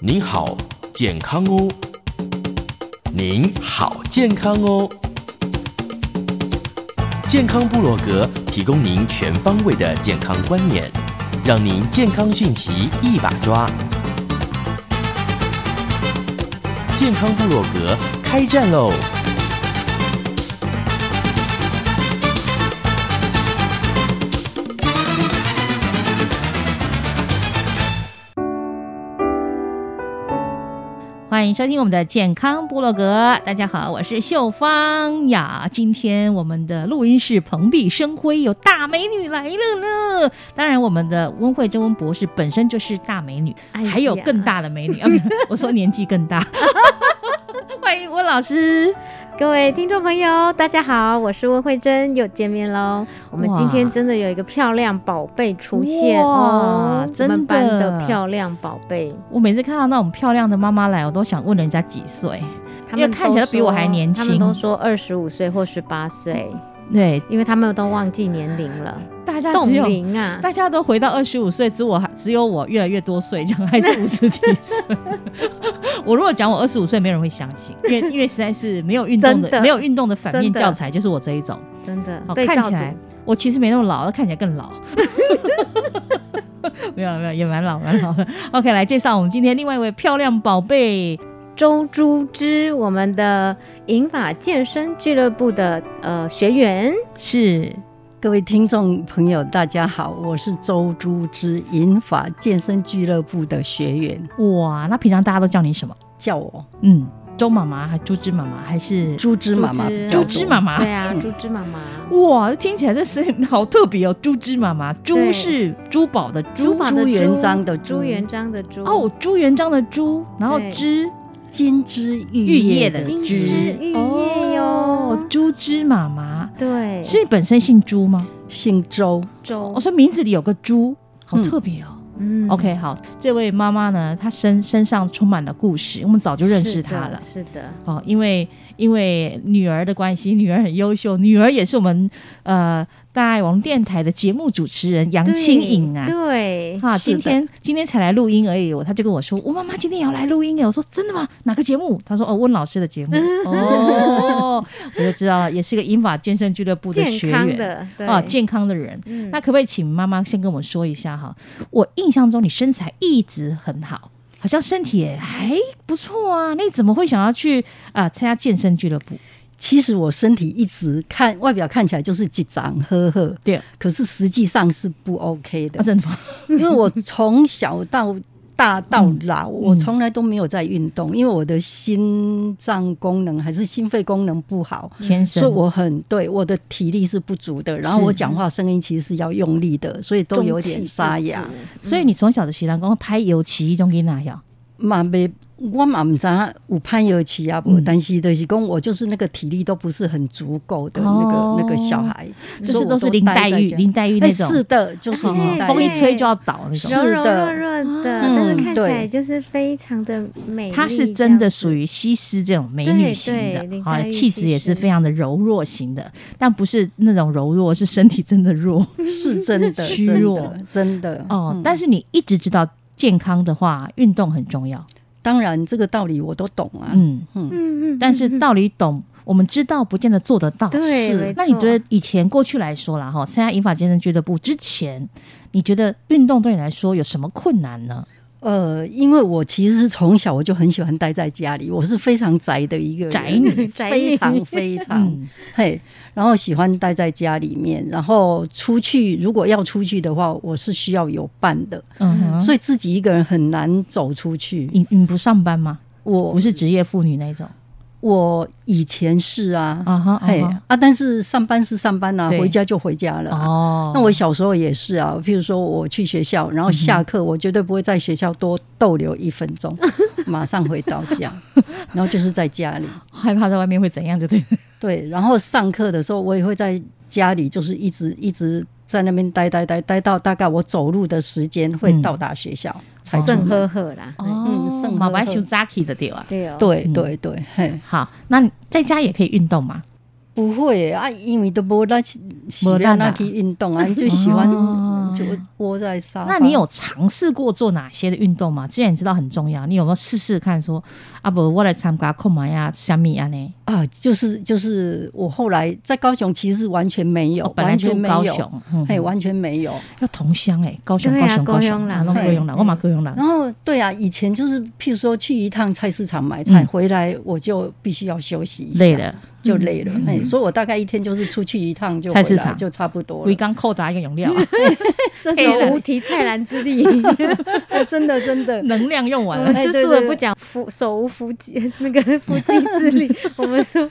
您好，健康哦。您好，健康哦。健康部落格提供您全方位的健康观念，让您健康讯息一把抓。健康部落格开战喽！欢迎收听我们的健康部落格。大家好，我是秀芳呀。今天我们的录音室蓬荜生辉，有大美女来了呢。当然，我们的温慧珍温博士本身就是大美女，哎呀还有更大的美女。啊不是 我说年纪更 大。欢迎温老师。各位听众朋友，大家好，我是温慧珍，又见面喽。我们哇今天真的有一个漂亮宝贝出现哇哦，真的我们班的漂亮宝贝，我每次看到那种漂亮的妈妈来，我都想问人家几岁。他们因为看起来都说比我还年轻他们都说二十五岁或十八岁，对，因为他们都忘记年龄了，大家冻只有龄啊。 大家都回到二十五岁，只我还只有我越来越多岁，这样还是五十几岁。 我如果讲我二十五岁，没有人会相信，因为因为实在是没有运动的真的没有运动的反面真的教材就是我这一种，真的哦，对看照起组来我其实没那么老，看起来更老。 没有没有，也蛮老蛮老的。OK，来介绍我们今天另外一位漂亮宝贝，周珠之，我们的银发健身俱乐部的呃学员，是各位听众朋友，大家好，我是周珠之银发健身俱乐部的学员，哇，那平常大家都叫你什么？叫我嗯，周妈妈，还朱芝妈妈，还是珠之妈妈比较朱多。芝妈妈？对啊，珠之妈妈，哇，听起来这声音好特别哦！珠芝妈妈，珠对是珠宝的珠珠宝的朱元璋的朱朱元璋的朱哦，朱元璋的朱，然后对芝金枝玉玉叶叶的的金枝枝玉叶哟哦，珠芝妈妈哎对，是你本身姓朱吗？姓周，周我、说名字里有个朱，好嗯特别哦。嗯 OK，好，这位妈妈呢，她身身上充满了故事，我们早就认识她了。是的，是的哦，因为因为女儿的关系，女儿很优秀，女儿也是我们呃大爱网络电台的节目主持人杨清颖啊。对，啊，是今的天今天才来录音而已，我他就跟我说，我妈妈今天也要来录音耶。我说真的吗？哪个节目？他说哦，温老师的节目。嗯哦，我就知道了，也是个英法健身俱乐部的学健康员的，对啊，健康的人。嗯那可不可以请妈妈先跟我们说一下哈？我印象中你身材一直很好，好像身体也还不错啊，那你怎么会想要去啊、呃参加健身俱乐部？其实我身体一直看外表看起来就是紧张呵呵，对啊，可是实际上是不 OK 的， 真的吗？因为我从小到大到老，我嗯从来都没有在运动，因为我的心脏功能还是心肺功能不好，天生所以我很对我的体力是不足的，然后是我讲话声音其实是要用力的，所以都有点沙哑。所以你从小的习惯讲拍油漆中给哪样？嘛没，我嘛唔知道有攀有期啊不嗯，但是就是讲我就是那个体力都不是很足够的那个、哦那个小孩，就是都是所以我林待黛在玉，家林黛玉哎那种，是的，就是好好林哎黛风玉一吹就要倒那是种。柔柔的弱弱的，嗯但是看起来对就是非常的美丽这样子。她是真的属于西施这种美女型对对的，林啊黛，玉气质也是西施非常的柔弱型的，但不是那种柔弱，是身体真的弱是 真的哦虚弱，真的真的哦。嗯但是你一直知道健康的话，运动很重要，当然这个道理我都懂啊，嗯，嗯嗯，嗯嗯，但是道理懂我们知道不见得做得到。对是没那你错觉得以前过去来说啦，哈，参加银发健身俱乐部之前，你觉得运动对你来说有什么困难呢？呃，因为我其实是从小我就很喜欢待在家里，我是非常宅的一个人宅 女宅女非常非常、 嗯嘿，然后喜欢待在家里面，然后出去如果要出去的话，我是需要有伴的，嗯哼，所以以自己一个人很难走出去。你你不上班吗？我不是职业妇女那种我以前是啊，啊哈，嘿啊啊，但是上班是上班啊，对回家就回家了哈啊、哦，嗯那我小时候也是啊，譬如说我去学校，然后下课我绝对不会在学校多逗留一分 钟，马上回到家，然后就是在家里。害怕在外面会怎样，对不 对？对，然后上课的时候我也会在家里，就是一直一直在那边待待待待到大概我走路的时间会嗯到达学校、才哦走。正呵呵啦，嗯上马课白后修扎 k 的对吧？哦对哦，对嗯对对，嘿，好，那你在家也可以运动嘛？不会啊，因为都不那喜没欢办法那去运动啊，你就喜欢哦就窝在沙发。那你有尝试过做哪些的运动吗？既然你知道很重要，你有没有试试看说啊不，我来参加控马呀、虾米啊呢？啊，就是就是，我后来在高雄其实完全没有，我哦本来完住全没高有，雄，嗯嘿，完全没有。要同乡哎，高雄对高啊雄高雄雄人啊拢高雄人，嘿我嘛高雄人然，后对啊，以前就是譬如说去一趟菜市场买菜，嗯回来我就必须要休息一下，累了，嗯就累了，嘿，所以我大概一天就是出去一趟就菜回市来场就差不多规了。刚扣打一个用料啊，这时哎候无题菜篮之力，哎真的真 的，能量用完我嗯了哎哎们。吃素的不讲腹手无缚鸡 那个腹肌之 力，我们说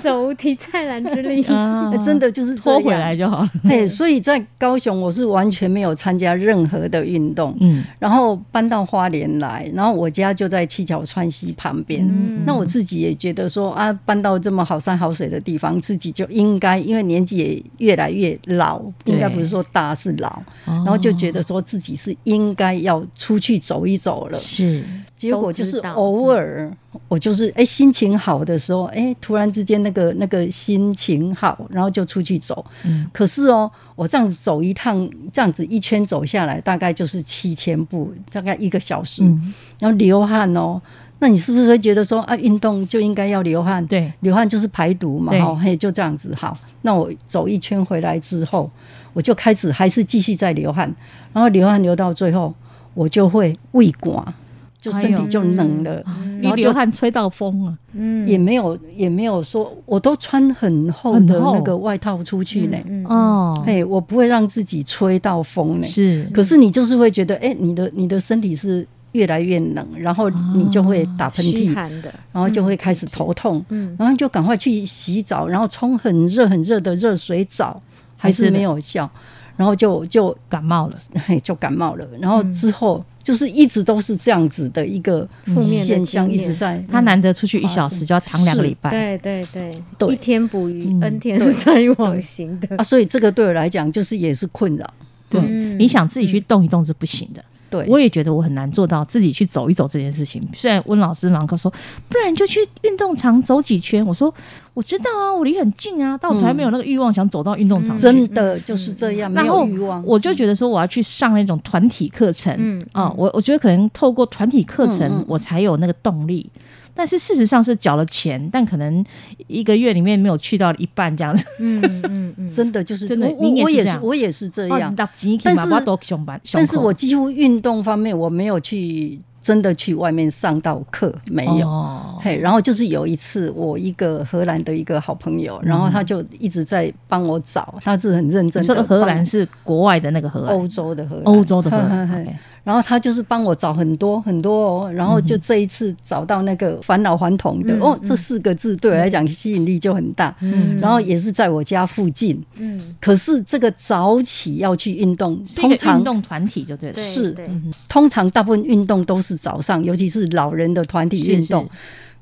手无提菜篮之力。啊 哎真的就是这拖回样来。就好了。嘿，所以在高雄我是完全没有参加任何的运动，嗯，然后搬到花莲来，然后我家就在七桥川西旁边，嗯那我自己也觉得说啊，搬到这么好山好水的地方，自己就应该，因为年纪也越来越老，对应该不是说大是老，然然后就觉哦得说自己是应该要出去走一走了。是结果就都是知道偶尔，我就是哎、心情好的时候，哎、突然之间那个那个心情好，然后就出去走。嗯可是哦，我这样子走一趟，这样子一圈走下来，大概就是七千步，大概一个小时，嗯，然后流汗哦。那你是不是会觉得说啊，运动就应该要流汗？对，流汗就是排毒嘛，对哈，嘿，就这样子。好，那我走一圈回来之后，我就开始还是继续在流汗，然后流汗流到最后，我就会胃寒，就身哎体呦就冷了，你嗯然后就流汗吹到风啊，嗯也没有也没有说，我都穿很厚的很厚那个外套出去呢，嗯嗯哦，嘿，我不会让自己吹到风呢。是可是你就是会觉得，哎、你的你的身体是越来越冷，然后你就会啊打喷虚嚏，寒的，然后就会开始头痛，嗯，然后就赶快去洗澡，然后冲很热很热的热水澡，还是没有效，然后就就感冒了，嘿就感冒嗯了，然后之后就是一直都是这样子的一个负面的现象，经一验直在他难得出去一发小时生就要躺两个礼嗯拜，对对对，对一天捕鱼嗯，n 天是穿网行的啊，，所以这个对我来讲就是也是困扰，对，嗯你想自己去动一动是不行的。对，我也嗯觉得我很难做到自己去走一走这件事情。虽然温老师忙课说，不然就去运动场走几圈。我说我知道啊，我离很近啊，但我从来嗯没有那个欲望想走到运动场去。真的就是这样，没嗯然有后欲望，我就觉得说我要去上那种团体课程，嗯啊、我我觉得可能透过团体课程嗯嗯我才有那个动力。但是事实上是缴了钱，但可能一个月里面没有去到一半这 样子。嗯嗯嗯，真的就是真的我你也我我是也这是样我也是这哦样，六钱去但嘛是我都上班，上但是课我几乎运动方面我没有去真的去外面上到课，没有。哦嘿，然后就是有一次，我一个荷兰的一个好朋嗯友，然后他就一直在帮我找，他是很认你真说的。的荷兰是国外的那个荷兰，欧洲的荷兰，欧洲的荷嘿 兰嘿嘿 OK 然后他就是帮我找很多很多哦，然后就这一次找到那个返老还童的、嗯哦，嗯这四个字对我来讲吸引力就很大。嗯然后也是在我家附近，嗯，可是这个早起要去运动，是一通个常运动团体就对了。对是嗯对通常大部分运动都是早上，尤其是老人的团体运动。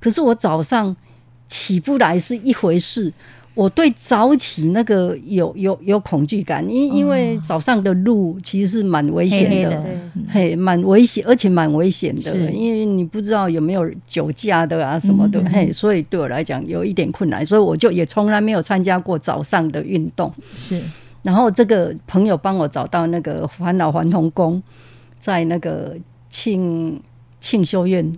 可是我早上起不来是一回事，我对早起那个有有有恐惧感，因因为早上的路其实是蛮危险黑黑的哦的。对嘿，蛮危险，而且蛮危险的是，因为你不知道有没有酒驾的啊什么的，嗯嗯嗯嘿，所以对我来讲有一点困难，所以我就也从来没有参加过早上的运动。是然后这个朋友帮我找到那个返老还童宫，在那个庆庆修院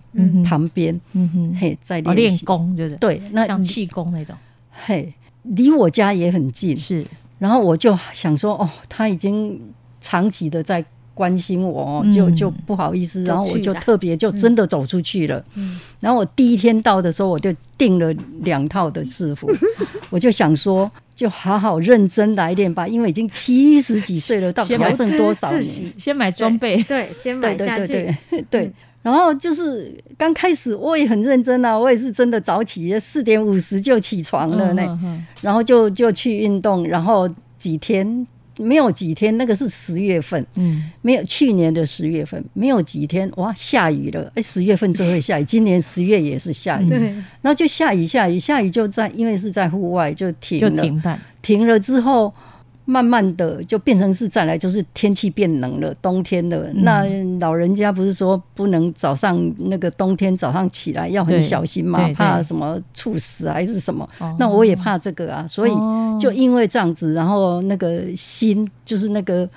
旁边，嗯哼，嘿，在哦练练习功，对不对？对，那像气功那种，嘿，离我家也很近，是。然后我就想说，哦，他已经长期的在关心我，哦，就嗯就不好意思，就然后我去就啦特别就真的走出去了。嗯然后我第一天到的时候，我就订了两套的制 服，我就想说，就好好认真来练吧，因为已经七十几岁了，到底先买还剩多少自年？己先买装备，对，先买对对下对去，对对。然后就是刚开始我也很认真啊，我也是真的早起，四点五十就起床了呢。嗯嗯然后就就去运动，然后几天没有几天，那个是十月份，嗯，没有去年的十月份，没有几天，哇，下雨了，哎，十月份就会 下雨，今年十月也是下雨，对嗯对，然后就下雨下雨下雨就在，因为是在户外就停就了，停办，停了之后，慢慢的就变成是再来就是天气变冷了，冬天了。嗯那老人家不是说不能早上那个冬天早上起来要对很小心嘛对，对怕什么猝死还是什么哦？那我也怕这个啊，所以哦就因为这样子，然后那个心就是那个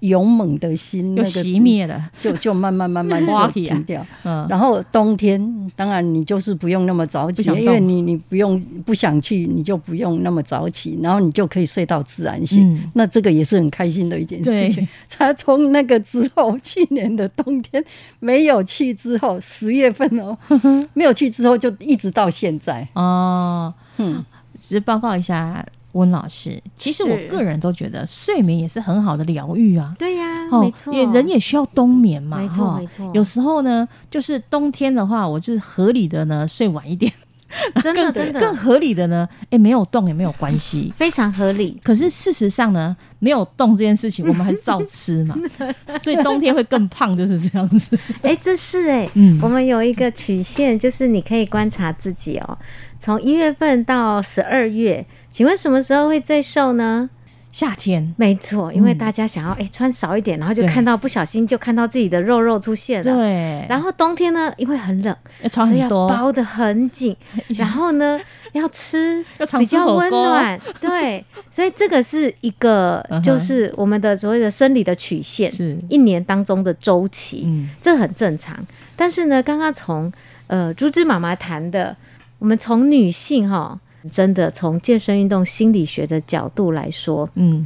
勇猛的心，那又个熄灭了，就就慢慢慢 慢花就起啊停掉。嗯，然后冬天，当然你就是不用那么早不起，想动因为你你不用不想去，你就不用那么早起，然后你就可以睡到自然醒。嗯那这个也是很开心的一件事情 对。他从那个之后，去年的冬天没有去之后，十月份 哦，没有去之后就一直到现在。 哦，嗯，只是报告一下温老师，其实我是个人都觉得睡眠也是很好的疗愈啊。对呀，哦嗯没错，也人也需要冬眠嘛，没错哈没错有时候呢，就是冬天的话，我就是合理的呢睡晚一点，真的真更的合理的呢，哎、没有动也没有 关系。非常合理，可是事实上呢，没有动这件事情，我们还照吃 嘛，所以冬天会更胖，就是这样子。哎，这是哎、嗯我们有一个曲线，就是你可以观察自己哦，从一月份到十二月，请问什么时候会最瘦呢？夏天，没错，因为嗯大家想要哎、穿少一点，然后就对看到不小心就看到自己的肉肉出现了。对，然后冬天呢，因为很冷，要穿所以很要多，哎包的很紧，然后 呢要吃要常比吃较火温锅 暖，对，所以这个是一个嗯哼就是我们的所谓的生理的曲线，是一年当中的周期，嗯这很正常。但是呢，刚刚从呃朱芝妈妈谈的，我们从女性哈，真的从健身运动心理学的角度来说，嗯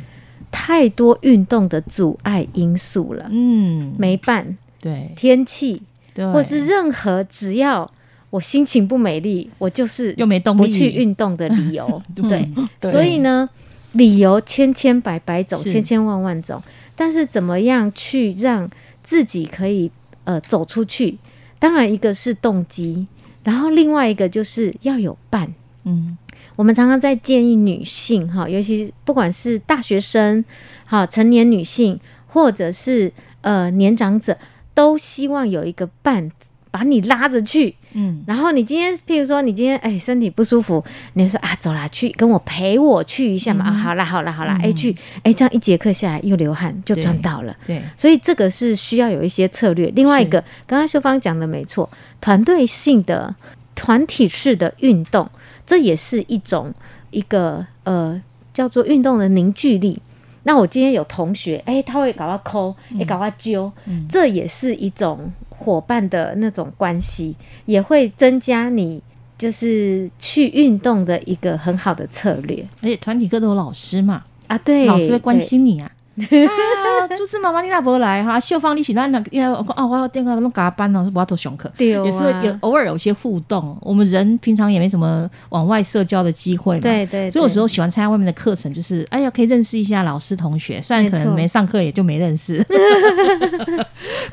太多运动的阻碍因素了，嗯，没伴、对天气，对，或是任何只要我心情不美丽，我就是又没动力嗯不去运动的理 由。对，对所以呢，理由千千百百种，是千千万万种，但是怎么样去让自己可以呃走出去？当然，一个是动机，然后另外一个就是要有伴。嗯我们常常在建议女性哈，尤其不管是大学生、哈成年女性，或者是呃年长者，都希望有一个伴把你拉着去。嗯然后你今天，譬如说你今天哎身体不舒服，你就说啊走啦，去跟我陪我去一下嘛。嗯啊，好啦好啦好啦，哎、嗯去，哎这样一节课下来又流汗，就对赚到了。对，所以这个是需要有一些策略。另外一个是，刚刚秀芳讲的没错，团队性的、团体式的运动，这也是一种一个呃叫做运动的凝聚力。那我今天有同学，哎、他会搞到抠，哎、搞到揪，嗯这也是一种伙伴的那种关系，也会增加你就是去运动的一个很好的策略而且团体课都有老师嘛，啊。对，老师会关对心你啊。啊，朱志妈妈你哪不来哈？秀芳你喜欢那因为我哦，我要电话弄嘎班老师我要做上课，对啊也是会有偶尔有一些互动。我们人平常也没什么往外社交的机会嘛，对对，所以有时对候喜欢参加外面的课程，就是哎呀，可以认识一下老师同学，虽然可能没错没上课，也就没认识。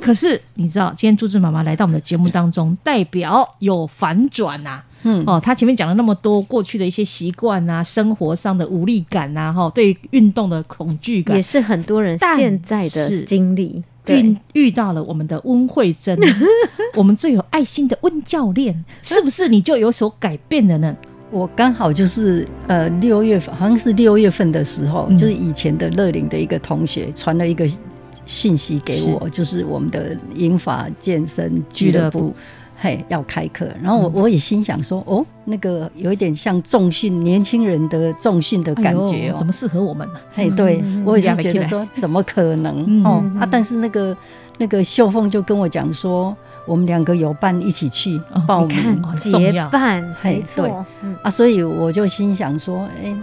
可是你知道，今天朱志妈妈来到我们的节目当中，代表有反转呐、嗯，哦，她前面讲了那么多过去的一些习惯啊，生活上的无力感呐、哈、对运动的恐惧感也，是很多人但现在是的经历。遇对，遇到了我们的温慧珍， 我们最有爱心的温教练，是不是你就有所改变了呢？我刚好就是呃六月份，好像是六月份的时候，嗯就是以前的乐龄的一个同学传了一个讯息给我，就是我们的英法健身俱乐俱乐嗯部。嘿，要开课，然后我我也心想说，哦，那个有一点像重训年轻人的重训的感哎觉呦哦，怎么适合我们呢、嘿，对嗯我也压是不觉起得来说，怎么可能嗯哦嗯啊？但是那个那个秀凤就跟我讲说，我们两个有伴一起去哦报名，看结伴，嗯嘿，对啊，所以我就心想说，哎，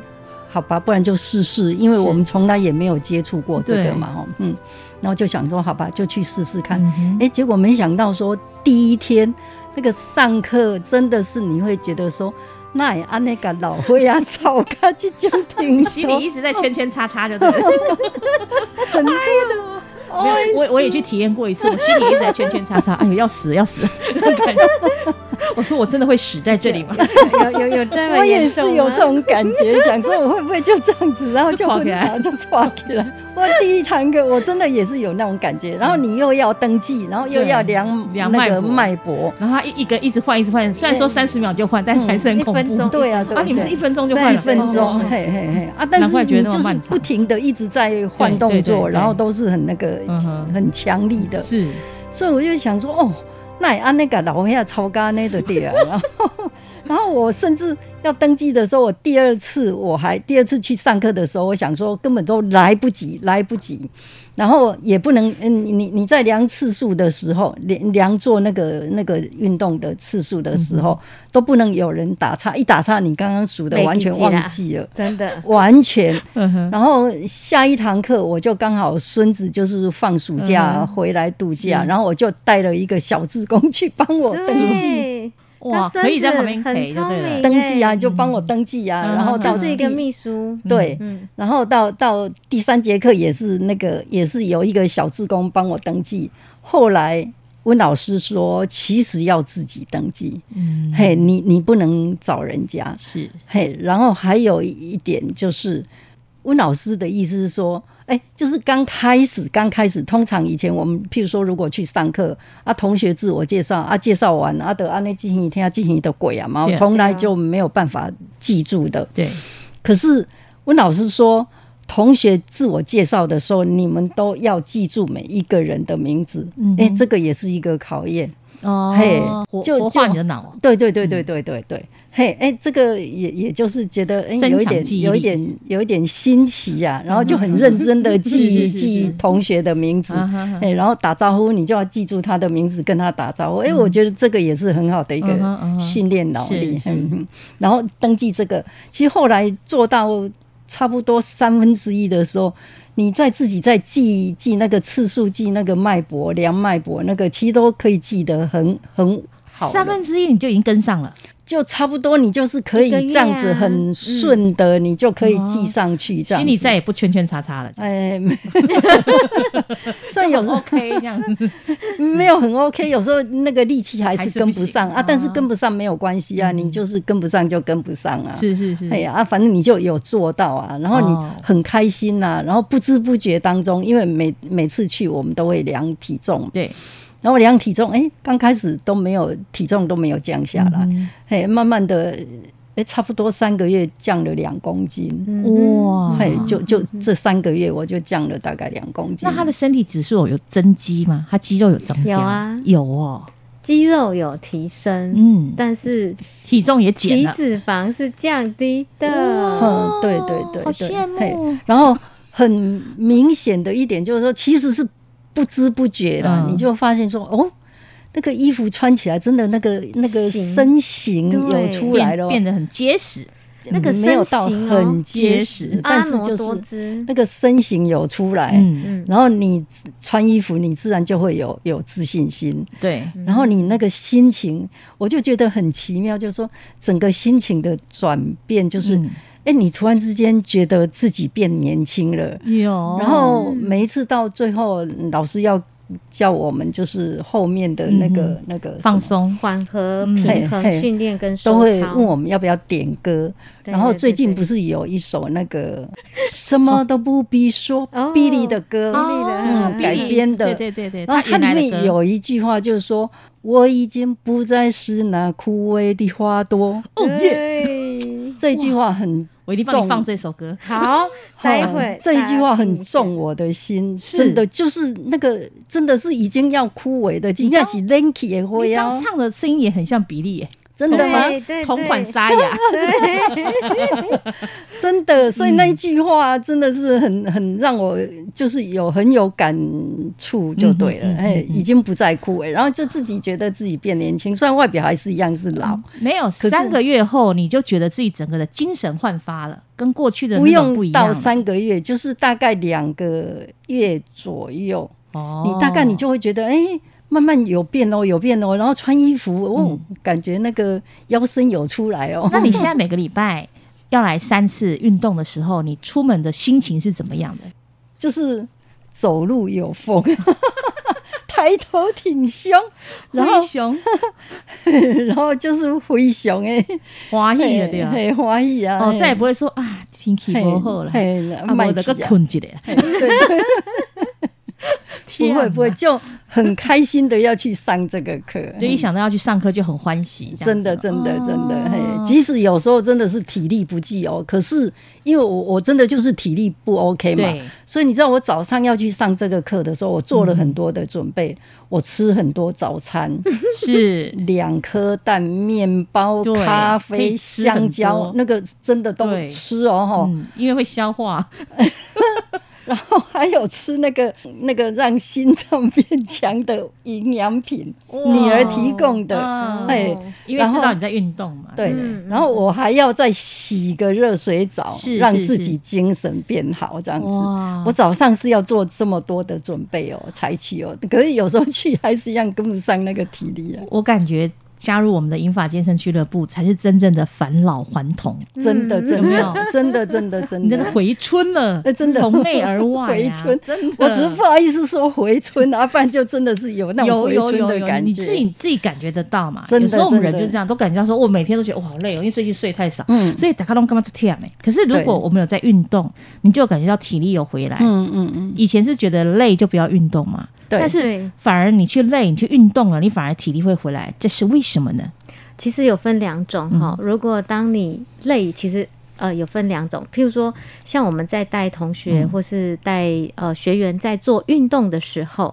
好吧，不然就试试，因为我们从来也没有接触过这个嘛，哦，嗯，然后就想说，好吧，就去试试嗯看，啊哎，结果没想到说第一天那个上课真的是你会觉得说。那也按那个老灰啊、 草咖这种挺， 心里一直哦在圈圈叉叉就对了，很多的。没有，我我也去体验过一次，我心里一直在圈圈叉叉， 哎呦要死要死！ 我说我真的会死在这里吗？有有有 这么我也是有这种感觉，想说我会不会就这样子，然后就吵起来，就吵起来。我第一堂课我真的也是有那种感觉，然后你又要登记，然后又要量量那个脉搏，然后他一一个一直换一直换，虽然说三十秒就换，但是还是很恐怖。对啊，啊你们是一分钟就换哦一分钟，嘿嘿嘿啊！但是就是不停的一直在换动作，然后都是很那个。很强力的，是，所以我就想说，哦，那也按那个老下超干那的点， 然后，然后我甚至要登记的时候，我第二次我还第二次去上课的时候，我想说根本都来不及，来不及，然后也不能，嗯，你你在量次数的时候，量量做那个那个运动的次数的时候，嗯、都不能有人打岔，一打岔你刚刚数的完全忘记了，真的完全。嗯、然后下一堂课我就刚好孙子就是放暑假、嗯、回来度假，然后我就带了一个小志工去帮我登记。哇，可以在旁边陪，对登记啊，就帮我登记啊，然后嗯就是一个秘书，对，然后到到第三节课也是那个，也是有一个小志工帮我登记。后来温老师说，其实要自己登记，嗯，嘿，你你不能找人家，是，嘿，然后还有一点就是温老师的意思是说。哎、欸，就是刚开始，刚开始，通常以前我们，譬如说，如果去上课啊，同学自我介绍啊，介绍完啊，的啊，那进行一天要进行的鬼啊嘛，我从来就没有办法记住的。对，可是温老师说，同学自我介绍的时候，你们都要记住每一个人的名字。嗯，哎、欸，这个也是一个考验。哦，嘿，就活化你的脑，啊对对对对对对对，嗯、嘿，哎、欸，这个也也就是觉得，哎、欸，有一点有一点有一点新奇呀、啊，然后就很认真 的记记同学的名字，嗯哎、欸，然后打招呼你就要记住他的名字，跟他打招呼，哎、嗯，嗯我觉得这个也是很好的一嗯个训练脑力，嗯，然后登记这个，其实后来做到差不多三分之一的时候。你在自己在记记那个次数、记那个脉搏、量脉搏，那个其实都可以记得很很好。三分之一你就已经跟上了，就差不多，你就是可以这样子很顺的，你就可以记上去，这样、心里再也不圈圈叉叉了。哎，哎所以有 OK 这样子，没有很 OK，有时候那个力气还是跟不上啊，但是跟不上没有关系啊，你就是跟不上就跟不上啊。 是是是，哎呀，反正你就有做到啊，然后你很开心呐，然后不知不觉当中，因为每每次去我们都会量体重，对。然后量体重，哎，刚开始都没有体重都没有降下来，哎、嗯，慢慢的，哎，差不多三个月降了两公斤，哇、嗯，哎，就就这三个月我就降了大概两公斤。那他的身体指数有增肌吗？他肌肉有增加？有啊，有哦，肌肉有提升，嗯，但是体重也减了，体脂肪是降低的，嗯，对对对,对，哦好羡慕。然后很明显的一点就是说，其实是。不知不觉啦，嗯、你就发现说哦，那个衣服穿起来真的那个那个身形有出来了，嗯变得很结实。那个哦没有到哦很结实，嗯但是就是那个身形有出来，嗯然后你穿衣服，你自然就会有有自信心，对。然后你那个心情，我就觉得很奇妙，就是说整个心情的转变，就是嗯哎，你突然之间觉得自己变年轻了，有。然后每一次到最后，老师要。叫我们就是后面的那个、嗯、那个放松、缓和、平衡训练跟都会问我们要不要点歌。然后最近不是有一首那个什么都不必说比利的歌，嗯，改编的，对对对。然后它里面有一句话就是说：“我已经不再是那枯萎的花朵。”哦 耶！这句话很。我一定帮你放这首歌。好，待会这一句话很重我的心，真的就是那个，真的是已经要枯萎的，已经起 lanky 也会要。唱的声音也很像比利耶，真的吗对对？同款 沙哑，真的，所以嗯那一句话真的是很很让我就是有很有感触就对了，嗯嗯嗯哎、嗯嗯已经不再哭哎、然后就自己觉得自己变年轻，虽然外表还是一样是老，没有可是三个月后你就觉得自己整个的精神焕发了，跟过去的不那种不用一样到了。三个月，就是大概两个月左右，哦，你大概你就会觉得哎。慢慢有变哦，有变哦，然后穿衣服，哦，感觉那个腰身有出来哦。嗯 那你现在每个礼拜要来三次运动的时候，你出门的心情是怎么样的？ 就是走路有风， 抬头挺胸， 然后灰熊然后就是灰熊哎，华裔的对吧？嘿欢喜啊！哦，再也不会会说啊，天气不好了，啊，卖我得个 去啊困一下。嘿对对， 天不啊会不会，就很开心的要去上这个课，就一想到要去上课就很欢喜，这样真的，子真的，哦真的，嘿，即使有时候真的是体力不济哦，可是因为我我真的就是体力不 OK 对嘛，所以你知道我早上要去上这个课的时候，我做了很多的准备，嗯我吃很多早餐，是两颗蛋、面包、对咖可以啡、吃很香多蕉，那个真的都对吃哦，哈、嗯，因为会消化，然后 还有吃那个那个让心脏变强的营养品， 女儿提供的，哦哎，因为知然道后你在运动嘛，对不，然后我还要再洗个热水澡嗯是，让是自是己精神变好，这样子哇。我早上是要做这么多的准备哦，才去哦。可是有时候去还是一样跟不上那个体力啊，我感觉加入我们的英法健身俱乐部才是真正的返老还童，真嗯的，真没的有， 真的，真的，真嗯你真的的。回 春了那，嗯呃真的从内而外啊，回春真的，我只是不好意思说回春啊，不然就真的是有那种有回有春有的有，感你觉。自己自己感觉得到嘛？真的有时候我们人真就的这样，都感觉到说，我每天都觉得哇好累哦，因为最近睡太少，嗯所以打开龙干嘛就跳没。啊可是如果对我们有在运动，你就感觉到体力有回来。嗯嗯嗯，以前是觉得累就不要运动嘛，对但是反而你去累，你去运动了，你反而体力会回来，这是为什么呢？其实有分两种哈、如果当你累，其实呃有分两种，譬如说像我们在带同学、嗯或是带呃学员在做运动的时候，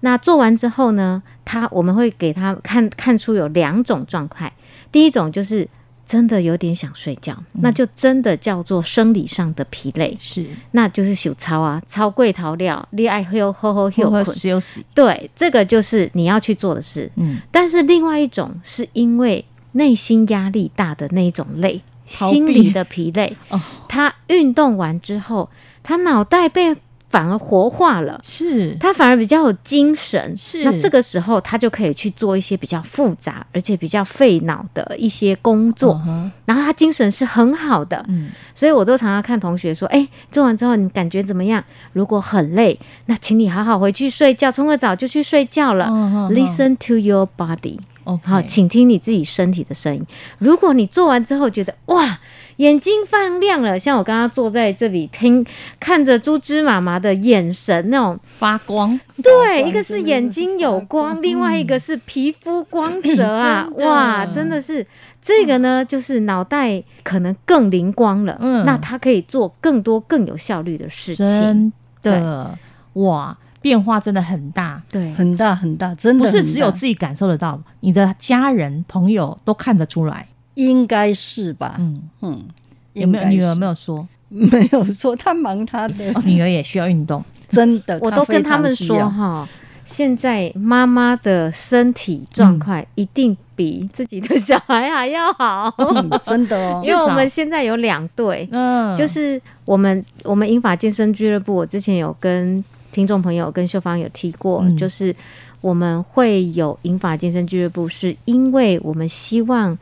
那做完之后呢，他我们会给他看看出有两种状态，第一种就是。真的有点想睡觉，那就真的叫做生理上的疲累，是那就是手操啊，超贵逃料，恋爱休吼吼休休困，休息，对，这个就是你要去做的事。嗯，但是另外一种是因为内心压力大的那一种累，逃避心理的疲累。 哦，他运动完之后，他脑袋被反而活化了。是他反而比较有精神，是那这个时候他就可以去做一些比较复杂而且比较费脑的一些工作，嗯然后他精神是很好的，嗯，所以我都常常看同学说，哎、做完之后你感觉怎么样？如果很累，那请你好好回去睡觉，冲个澡就去睡觉了。嗯嗯嗯 Listen to your body，哦，好，请听你自己身体的声音。如果你做完之后觉得哇，眼睛放亮了，像我刚刚坐在这里听看着猪芝麻麻的眼神那种，发哦光，，对，一个是眼睛有光，另外一个是皮肤光泽啊嗯 真的哇，真的是这个呢，就是脑袋可能更灵光了，嗯那它可以做更多更有效率的事情，真的哇，变化真的很大。对，很大很大，真的不是很只有大自己感受得到，你的家人朋友都看得出来。应该是吧？嗯，嗯，有没有应该是女儿没 有说？没有说他忙他的， 哦，女儿也需要运动，真的，我都跟他们非说 常需要，哈。现在妈妈的身体状况一定比自己的小孩还要好，嗯真的 哦，因为我们现在有两对，嗯，就是我们我们英法健身俱乐部，我之前有跟听众朋友跟秀芳有提过，嗯就是我们会有英法健身俱乐部，是因为我们希望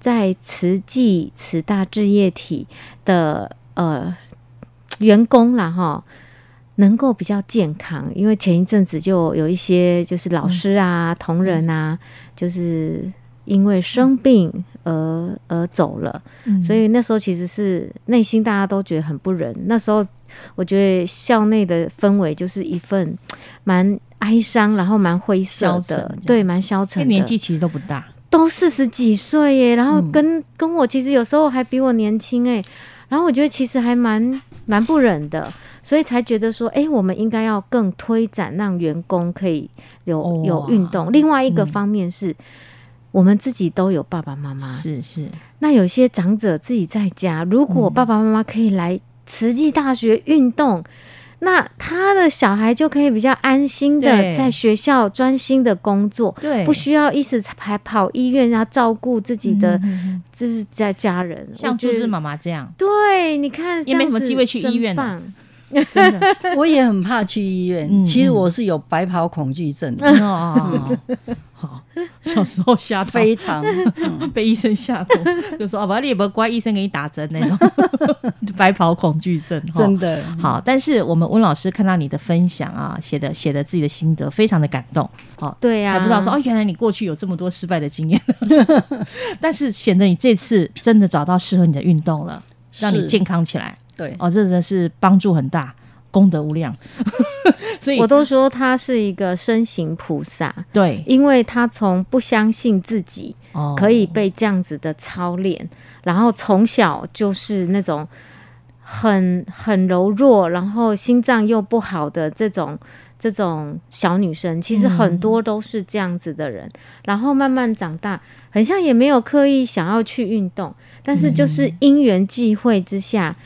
在慈济慈大置业体的呃员工啦哈。能够比较健康，因为前一阵子就有一些就是老师啊、嗯同仁啊，就是因为生病而、而走了，嗯所以那时候其实是内心大家都觉得很不忍。那时候我觉得校内的氛围就是一份蛮哀伤，然后蛮灰色消沉这的样，对，蛮消这沉的。年纪其实都不大，都四十几岁耶，然后嗯跟、跟我其实有时候还比我年轻哎，然后我觉得其实还蛮蛮不忍的，所以才觉得说，哎、我们应该要更推展让员工可以有、哦嗯有运动。另外一个方面是。我们自己都有爸爸妈妈，是是。那有些长者自己在家，如嗯果爸爸妈妈可以来慈济大学运动，那他的小孩就可以比较安心的对在学校专心的工作，对不需要一直还跑医院啊，照顾自己嗯的就是在家人，像我觉猪得猪妈妈 这样，对，你看也没什么机会去医院啊了了。我也很怕去医院，嗯其实我是有白袍恐惧症的，哦，小时候吓到非常 哦被医生吓过，就说：“哦，不，你也不乖，医生给你打针那种 白袍恐惧症。”哈真的嗯好，但是我们温老师看到你的分享啊，写的写的自己的心得，非常的感动。好，对啊呀才不知道说哦，原来你过去有这么多失败的经验， 但是显得你这次真的找到适合你的运动了，让你是健康起来。对哦，这真的是帮助很大，功德无量。 所以我都说他是一个身形菩萨，对因为他从不相信自己哦可以被这样子的操练，然后从小就是那种很很柔弱，然后心脏又不好的这种这种小女生，其实很多都是这样子的人。然后慢慢长大，很像也没有刻意想要去运动，但是就是因缘际会之下，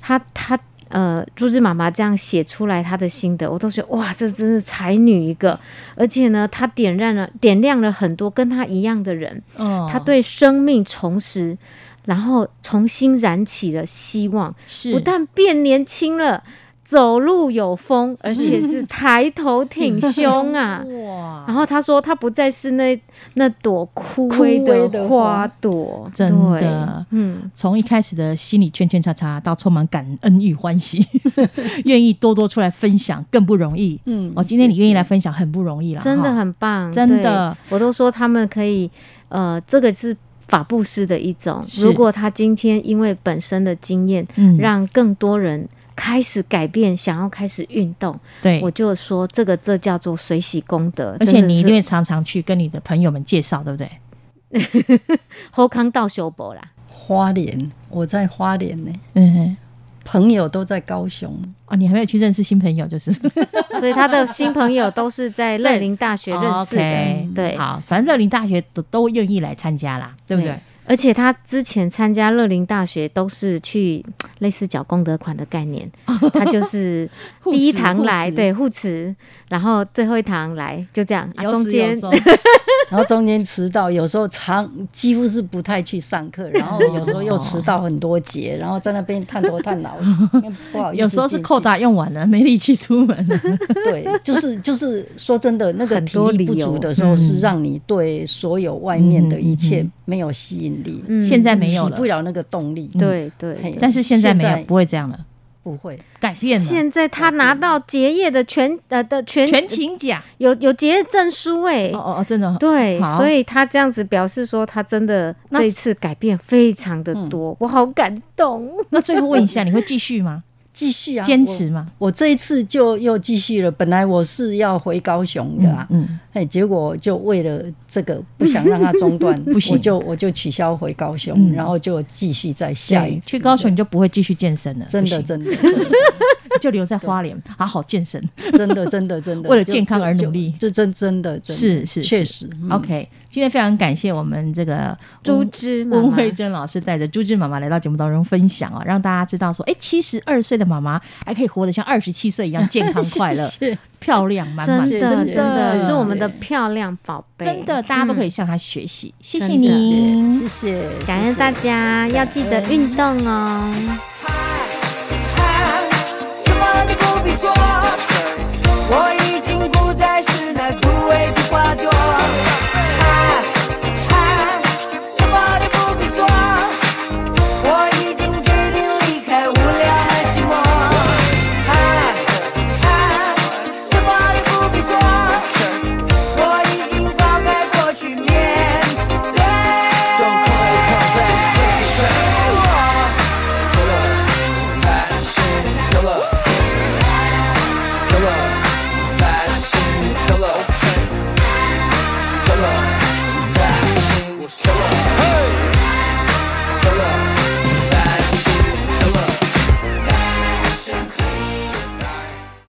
她她。呃，朱芝妈妈这样写出来她的心得，我都觉得哇，这真是才女一个。而且呢，她点燃了点亮了很多跟她一样的人，哦她对生命重拾，然后重新燃起了希望，是不但变年轻了。走路有风，而且是抬头挺胸 啊！哇！然后她说，她不再是那那朵枯萎枯萎的花花朵，真对的，嗯，从一开始的心里圈圈叉叉，到充满感恩与欢喜， 愿意多多出来分享更不容易。嗯哦，今天你愿意来谢谢分享很不容易了，真的哈很棒，真的对，我都说他们可以，呃，这个是法布施的一种。是如果他今天因为本身的经验，嗯让更多人开始改变，想要开始运动，对我。就说这个这叫做随喜功德，而且真的你一是定会常常去跟你的朋友们介绍，对不对？后康到修博 啦。花莲，我在花莲呢、嗯，朋友都在高 雄，哦，你还没有去认识新朋友，就是所以他的新朋友都是在乐林大学认识哦的， ，OK 对，好，反正乐林大学都都愿意来参加啦，对不对？而且他之前参加乐林大学都是去类似缴功德款的概 念，他就是护持第一堂来护持对护持，然后最后一堂来就这样，啊、有中始间 有终然后中间迟到，有时候常几乎是不太去上课，然 后有时候又迟到很多节，然后在那边探头探 脑，因为不好意思进去。有时候是扣打用完了，没力气出门了。 对，就是就是说真的，那个很体多力理不足由的时候，是嗯让你对所有外面的一切没有吸引力，嗯现在嗯没有起了不，了那个动力。对嘿对。但是现在没有，现在不会这样了，不会，改变了。现在他拿到结业的全呃的全全勤奖，有有结业证书哎、哦哦哦，真的哦，对，好所以他这样子表示说，他真的那这一次改变非常的多，我好感动。那最后问一下，你会继续 吗？继续啊，坚我持。吗？我这一次就又继续了，本来我是要回高雄的啊，嗯，哎，结果就为了这个不想让它中断， 不行我就我就取消回高雄，嗯然后就继续再下一对，次去高雄你就不会继续健身了，真的不行真 的真的就留在花莲好好健身。真的真的真的为了就健康而就努力这真真的真的是是确是实嗯 OK，今天非常感谢我们这个朱温之妈温妈慧珍老师带着朱志妈妈来到节目当中分享啊，让大家知道说，哎，七十二岁的妈妈还可以活得像二十七岁一样 健康快 乐、谢谢漂亮满满。真的谢谢真的是我们的谢谢漂亮宝贝，真的，大家都可以嗯向她学习。谢谢真的你，谢谢，感恩大家，家。要记得运动哦。嗨